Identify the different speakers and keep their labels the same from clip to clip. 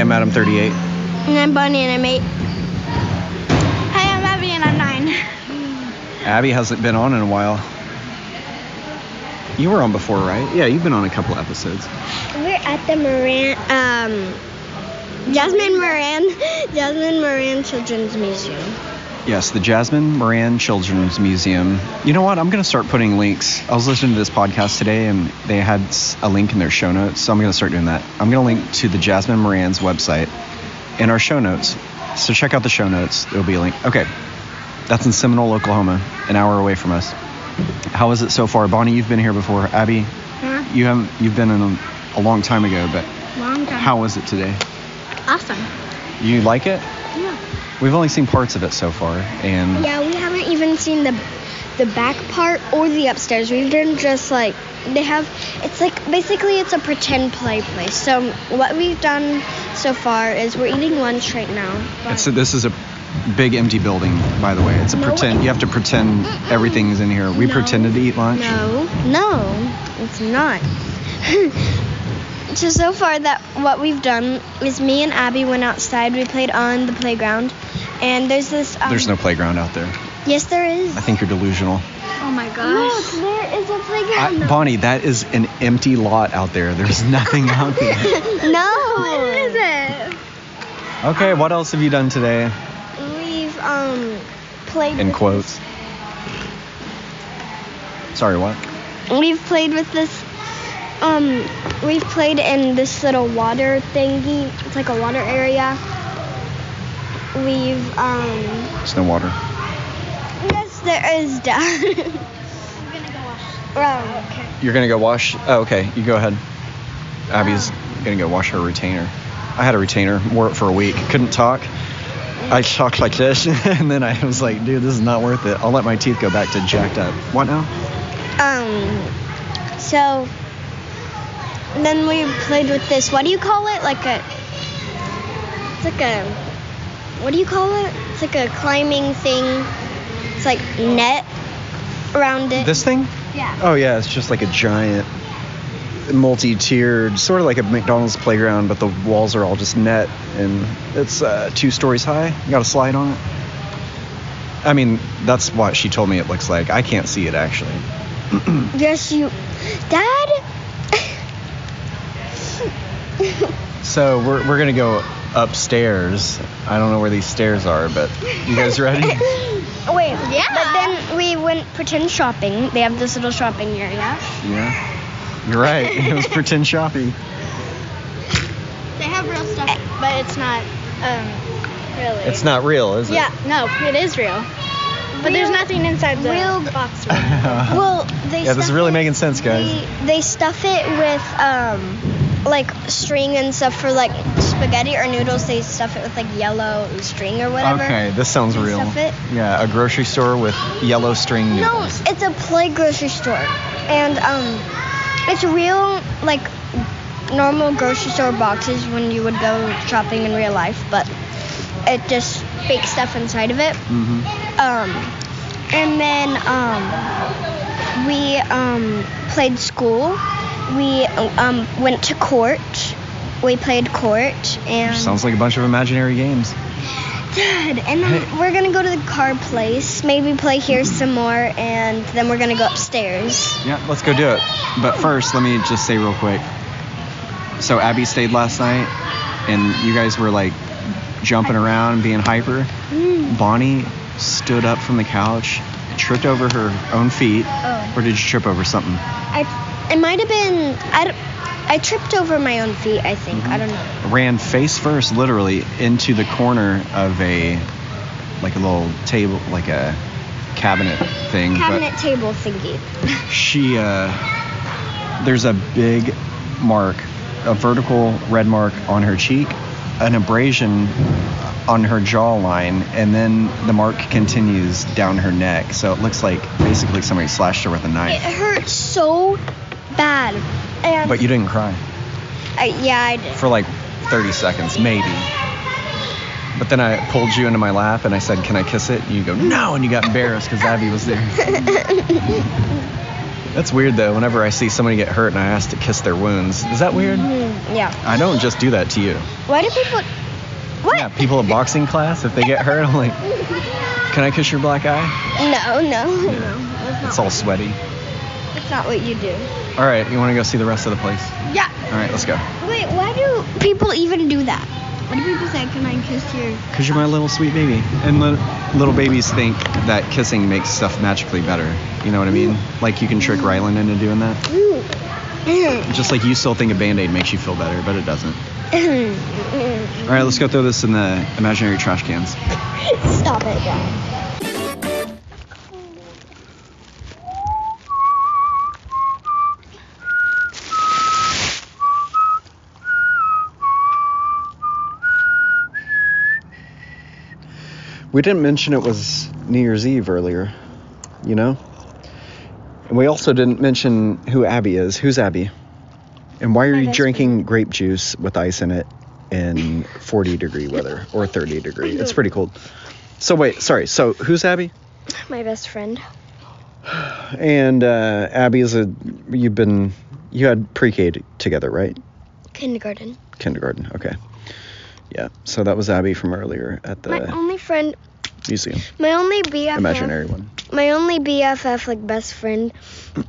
Speaker 1: I'm Adam 38.
Speaker 2: And I'm Bunny and I'm eight.
Speaker 3: Hi, I'm Abby and I'm nine.
Speaker 1: Abby hasn't been on in a while. You were on before, right? Yeah, you've been on a couple episodes.
Speaker 2: We're at the Moran, um, Jasmine Moran, Jasmine Moran Children's Museum.
Speaker 1: Yes, the Jasmine Moran Children's Museum. You know what? I'm going to start putting links. I was listening to this podcast today and they had s- a link in their show notes, so I'm going to start doing that. I'm going to link to the Jasmine Moran's website in our show notes. So check out the show notes. There'll be a link. Okay. That's in Seminole, Oklahoma, an hour away from us. How is it so far? Bonnie, you've been here before. Abby,
Speaker 3: Huh?
Speaker 1: you haven't you've been in a, a long time ago, but
Speaker 3: Long time.
Speaker 1: how was it today?
Speaker 3: Awesome.
Speaker 1: You like it?
Speaker 3: Yeah.
Speaker 1: We've only seen parts of it so far and
Speaker 2: Yeah, we haven't even seen the the back part or the upstairs. We've done just like they have. It's like basically it's a pretend play place. So what we've done so far is we're eating lunch right now.
Speaker 1: It's this is a big empty building, by the way. It's a
Speaker 2: No
Speaker 1: pretend.
Speaker 2: way.
Speaker 1: You have to pretend everything's in here. We
Speaker 3: No.
Speaker 1: pretended to eat lunch.
Speaker 2: No, no, it's not. so so far that what we've done is me and Abby went outside. We played on the playground, and there's this. Um,
Speaker 1: There's no playground out there.
Speaker 2: Yes, there is.
Speaker 1: I think you're delusional.
Speaker 3: Oh my
Speaker 2: Look,
Speaker 3: gosh.
Speaker 2: there is a playground.
Speaker 1: I, Bonnie, that is an empty lot out there. There's nothing out there.
Speaker 2: no.
Speaker 3: What is it?
Speaker 1: Okay, what else have you done today?
Speaker 2: We've um played.
Speaker 1: In
Speaker 2: with
Speaker 1: quotes. Sorry, what?
Speaker 2: this- We've played with this. Um, we've played in this little water thingy. It's like a water area. We've um.
Speaker 1: It's no water.
Speaker 2: Yes, there is done. oh, okay.
Speaker 1: You're gonna go wash. Oh, okay. You go ahead. Abby's gonna go wash her retainer. I had a retainer, wore it for a week, couldn't talk. I talked like this, and then I was like, dude, this is not worth it. I'll let my teeth go back to jacked up. What now?
Speaker 2: Um. So. Then we played with this. What do you call it? Like a. It's like a. What do you call it? It's like a climbing thing. It's like net around it.
Speaker 1: This thing?
Speaker 2: Yeah.
Speaker 1: Oh yeah, it's just like a giant, multi-tiered, sort of like a McDonald's playground, but the walls are all just net, and it's uh, two stories high. You got a slide on it. I mean, that's what she told me it looks like. I can't see it actually.
Speaker 2: Yes, you. Dad.
Speaker 1: So we're, we're gonna go upstairs. I don't know where these stairs are, but you guys ready?
Speaker 2: Wait.
Speaker 3: Yeah.
Speaker 2: But then we went pretend shopping. They have this little shopping area.
Speaker 1: yeah. You're right. It was pretend shopping.
Speaker 3: They have real stuff, but it's not um really.
Speaker 1: It's not real, is it?
Speaker 3: Yeah, no, it is real. But there's
Speaker 2: Real-
Speaker 3: nothing inside the
Speaker 2: real-
Speaker 3: box.
Speaker 1: Uh-huh.
Speaker 2: Well, they.
Speaker 1: yeah, this is
Speaker 2: stuff
Speaker 1: really
Speaker 2: it-
Speaker 1: making sense, guys.
Speaker 2: They, they stuff it with um, like string and stuff for like spaghetti or noodles. They stuff it with like yellow string or whatever.
Speaker 1: okay, this sounds
Speaker 2: Can you
Speaker 1: real.
Speaker 2: stuff it?
Speaker 1: Yeah, a grocery store with yellow string
Speaker 2: No,
Speaker 1: noodles.
Speaker 2: it's a play grocery store, and um, it's real like normal grocery store boxes when you would go shopping in real life, but it just fake stuff inside of it.
Speaker 1: Mm-hmm.
Speaker 2: Um, and then um, we um, played school. We um, went to court. We played court and
Speaker 1: Sounds like a bunch of imaginary games.
Speaker 2: Dad. And then
Speaker 1: Hey.
Speaker 2: we're gonna go to the car place. Maybe play here some more, and then we're gonna go upstairs.
Speaker 1: Yeah, let's go do it. But first, let me just say real quick. So Abby stayed last night, and you guys were like jumping around, being hyper.
Speaker 2: Mm,
Speaker 1: Bonnie stood up from the couch, tripped over her own feet,
Speaker 2: Oh.
Speaker 1: or did you trip over something?
Speaker 2: I it might have been I, d- I tripped over my own feet. I think I don't know.
Speaker 1: Ran face first, literally, into the corner of a like a little table, like a cabinet thing.
Speaker 2: Cabinet
Speaker 1: Mm-hmm. But
Speaker 2: table thingy.
Speaker 1: she uh there's a big mark a vertical red mark on her cheek an abrasion on her jawline and then the mark continues down her neck so it looks like basically somebody slashed her with a
Speaker 2: It
Speaker 1: knife
Speaker 2: hurt so bad. And
Speaker 1: but you didn't cry
Speaker 2: I, yeah, I did.
Speaker 1: for like 30 seconds maybe but then i pulled you into my lap and i said can i kiss it and you go no and you got embarrassed because abby was there That's weird though. Whenever I see somebody get hurt and I ask to kiss their wounds, is that weird?
Speaker 2: Mhm, yeah.
Speaker 1: I don't just do that to you.
Speaker 2: Why do people? What?
Speaker 1: Yeah, people in boxing class, if they get hurt, I'm like, can I kiss your black eye?
Speaker 2: No, no,
Speaker 1: Yeah.
Speaker 2: no. That's not.
Speaker 1: It's all sweaty.
Speaker 2: That's not what you do.
Speaker 1: All right, you want to go see the rest of the place?
Speaker 3: Yeah.
Speaker 1: All right, let's go.
Speaker 2: Wait, why do people even do that? What do people say? Can I kiss your?
Speaker 1: Because you're my little sweet baby. And li- little babies think that kissing makes stuff magically better. You know what I mean? Like you can trick Rylan into doing that.
Speaker 2: Ooh. Mm.
Speaker 1: Just like you still think a band aid makes you feel better, but it doesn't. All
Speaker 2: Stop
Speaker 1: right, let's go throw this in the imaginary trash cans.
Speaker 2: it, guys.
Speaker 1: We didn't mention it was New Year's Eve earlier, you know? And we also didn't mention who Abby is. Who's Abby? And why are
Speaker 2: My
Speaker 1: you
Speaker 2: best
Speaker 1: drinking grape juice with ice in it in 40 degree weather or 30 degree? It's pretty cold. So, wait, sorry. So, who's Abby?
Speaker 2: My best friend.
Speaker 1: And uh, Abby is a, you've been, you had pre K together, right?
Speaker 2: Kindergarten.
Speaker 1: Kindergarten, okay. Yeah, so that was Abby from earlier at
Speaker 2: my
Speaker 1: the
Speaker 2: only friend,
Speaker 1: museum.
Speaker 2: my only BFF.
Speaker 1: Imaginary one.
Speaker 2: My only BFF, like best friend,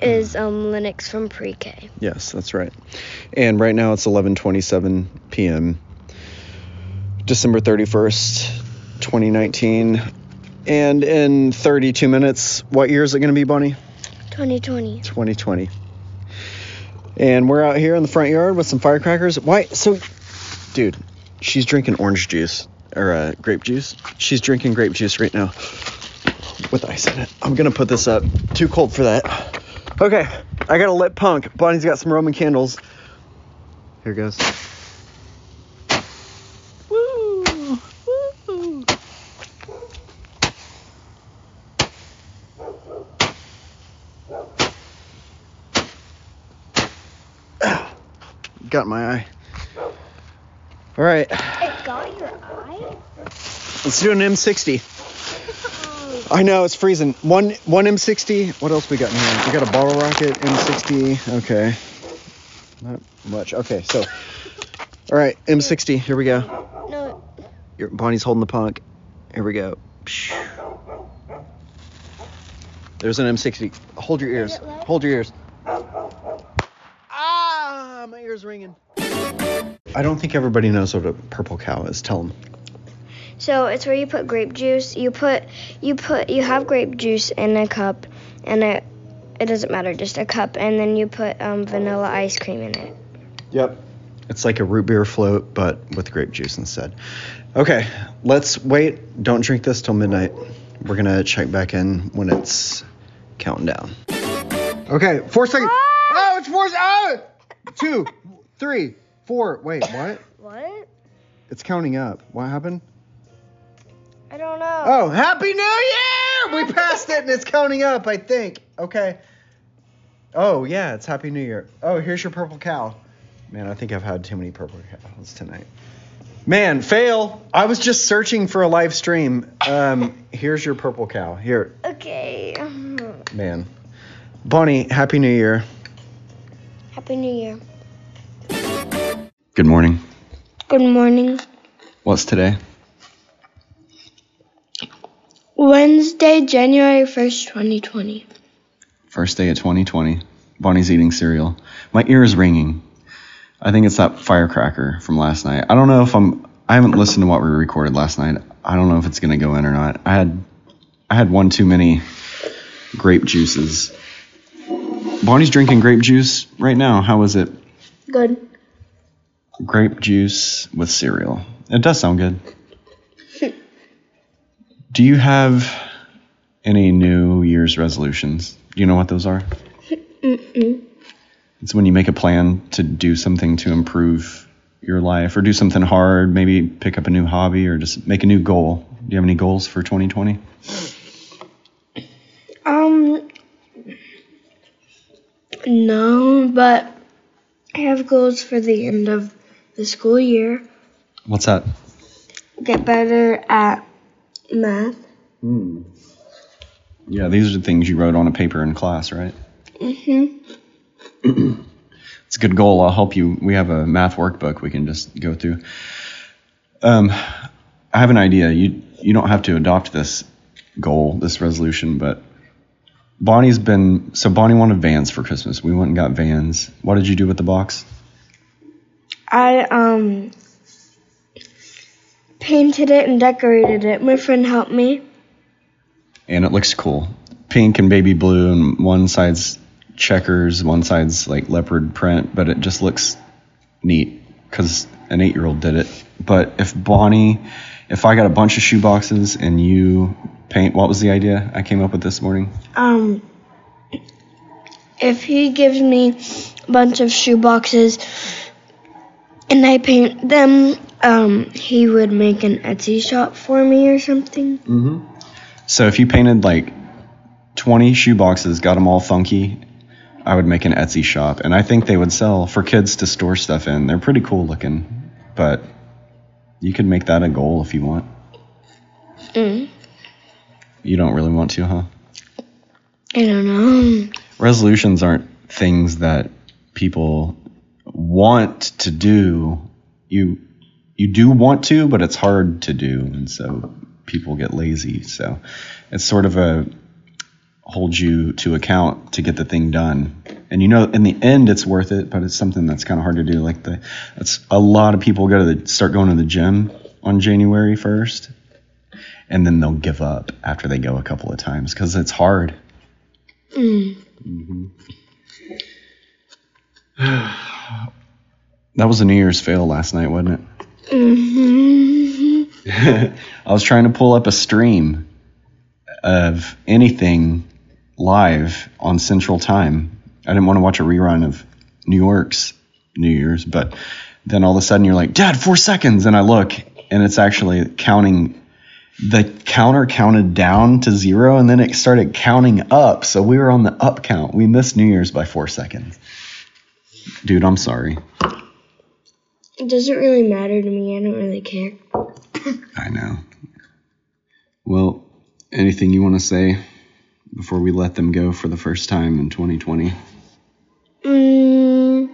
Speaker 2: is um Linux from pre-K.
Speaker 1: Yes, that's right. And right now it's 11:27 p.m. December 31st, 2019. And in 32 minutes, what year is it going to be, Bonnie?
Speaker 2: 2020.
Speaker 1: 2020. And we're out here in the front yard with some firecrackers. Why? So, dude, she's drinking orange juice or uh, grape juice. She's drinking grape juice right now with ice in it. I'm gonna put this up. Too cold for that. Okay, I got a lit punk. Bonnie's got some Roman candles. Here goes. Woo! Woo! Got my eye. All right,
Speaker 2: It got your eye.
Speaker 1: let's do an M60. I know it's freezing. One one M60. What else we got in here? We got a bottle rocket M60. Okay. Not much. Okay, so. All right, M60. Here we go.
Speaker 2: No.
Speaker 1: Your, Bonnie's holding the punk. Here we go. Psh. There's an M60. Hold your ears.
Speaker 2: it loud?
Speaker 1: Hold your ears. Ah, my ears ringing. I don't think everybody knows what a purple cow is. Tell them.
Speaker 2: So it's where you put grape juice. You put you put you have grape juice in a cup, and it it doesn't matter, just a cup, and then you put um, vanilla ice cream in it.
Speaker 1: Yep. It's like a root beer float, but with grape juice instead. Okay, let's wait. Don't drink this till midnight. We're gonna check back in when it's counting down. Okay, four seconds. Oh, it's four. Oh, two, three, four. Wait, what?
Speaker 2: What?
Speaker 1: It's counting up. What happened?
Speaker 2: I don't know.
Speaker 1: Oh, Happy New Year! We passed it and it's counting up, I think. Okay. Oh, yeah, it's Happy New Year. Oh, here's your purple cow. Man, I think I've had too many purple cows tonight. Man, fail. I was just searching for a live stream. Um, here's your purple cow. Here,
Speaker 2: Okay. Mhm.
Speaker 1: man. Bonnie, Happy New Year.
Speaker 2: Happy New Year.
Speaker 1: Good morning.
Speaker 2: Good morning.
Speaker 1: What's today?
Speaker 2: Wednesday, January 1st, 2020.
Speaker 1: First day of 2020. Bonnie's eating cereal. My ear is ringing. I think it's that firecracker from last night. I don't know if I'm. I haven't listened to what we recorded last night. I don't know if it's gonna go in or not. I had, I had one too many grape juices. Bonnie's drinking grape juice right now. How is it?
Speaker 2: Good.
Speaker 1: Grape juice with cereal. It does sound good. Do you have any New Year's resolutions? Do you know what those are?
Speaker 2: Mm-mm.
Speaker 1: It's when you make a plan to do something to improve your life or do something hard, maybe pick up a new hobby or just make a new goal. Do you have any goals for 2020?
Speaker 2: Um, no, but I have goals for the end of the school year.
Speaker 1: What's that?
Speaker 2: Get better at math.
Speaker 1: Yeah, these are the things you wrote on a paper in class, right?
Speaker 2: Mm-hmm.
Speaker 1: It's a good goal. I'll help you. We have a math workbook we can just go through. Um, I have an idea. You you don't have to adopt this goal, this resolution, but Bonnie's been so Bonnie wanted Vans for Christmas. We went and got Vans. What did you do with the box?
Speaker 4: I um painted it and decorated it. My friend helped me.
Speaker 1: And it looks cool. Pink and baby blue, and one side's checkers, one side's like leopard print, but it just looks neat because an eight year old did it. But if Bonnie, if I got a bunch of shoe boxes and you paint, what was the idea I came up with this morning?
Speaker 4: Um if he gives me a bunch of shoe boxes and I paint them, um he would make an Etsy shop for me or something.
Speaker 1: Mm-hmm. So if you painted like 20 shoe boxes, got them all funky, I would make an Etsy shop. And I think they would sell for kids to store stuff in. They're pretty cool looking, but you could make that a goal if you want.
Speaker 4: Mm.
Speaker 1: You don't really want to, huh?
Speaker 4: I don't know.
Speaker 1: Resolutions aren't things that people want to do. You you do want to, but it's hard to do, and so people get lazy. So it's sort of a hold you to account to get the thing done. And you know, in the end, it's worth it, but it's something that's kind of hard to do. Like the, that's a lot of people go to the start going to the gym on January first, and then they'll give up after they go a couple of times because it's hard.
Speaker 4: Mm.
Speaker 1: That was a New Year's fail last night, wasn't it?
Speaker 4: hmm
Speaker 1: I was trying to pull up a stream of anything live on Central Time. I didn't want to watch a rerun of New York's New Year's, but then all of a sudden you're like, Dad, four seconds. And I look, and it's actually counting. The counter counted down to zero, and then it started counting up. So we were on the up count. We missed New Year's by four seconds. Dude, I'm sorry.
Speaker 4: It doesn't really matter to me. I don't really care.
Speaker 1: I know. Well, anything you want to say before we let them go for the first time in 2020?
Speaker 4: Mm.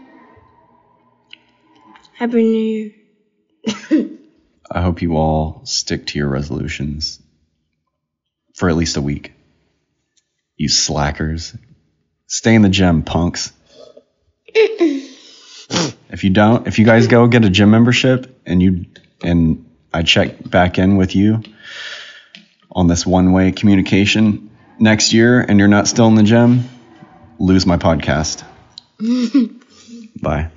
Speaker 4: Happy New Year.
Speaker 1: I hope you all stick to your resolutions for at least a week. You slackers. Stay in the gym, punks. if you don't, if you guys go get a gym membership and you and I check back in with you on this one-way communication next year and you're not still in the gym, lose my podcast. Bye.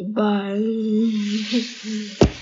Speaker 4: Bye.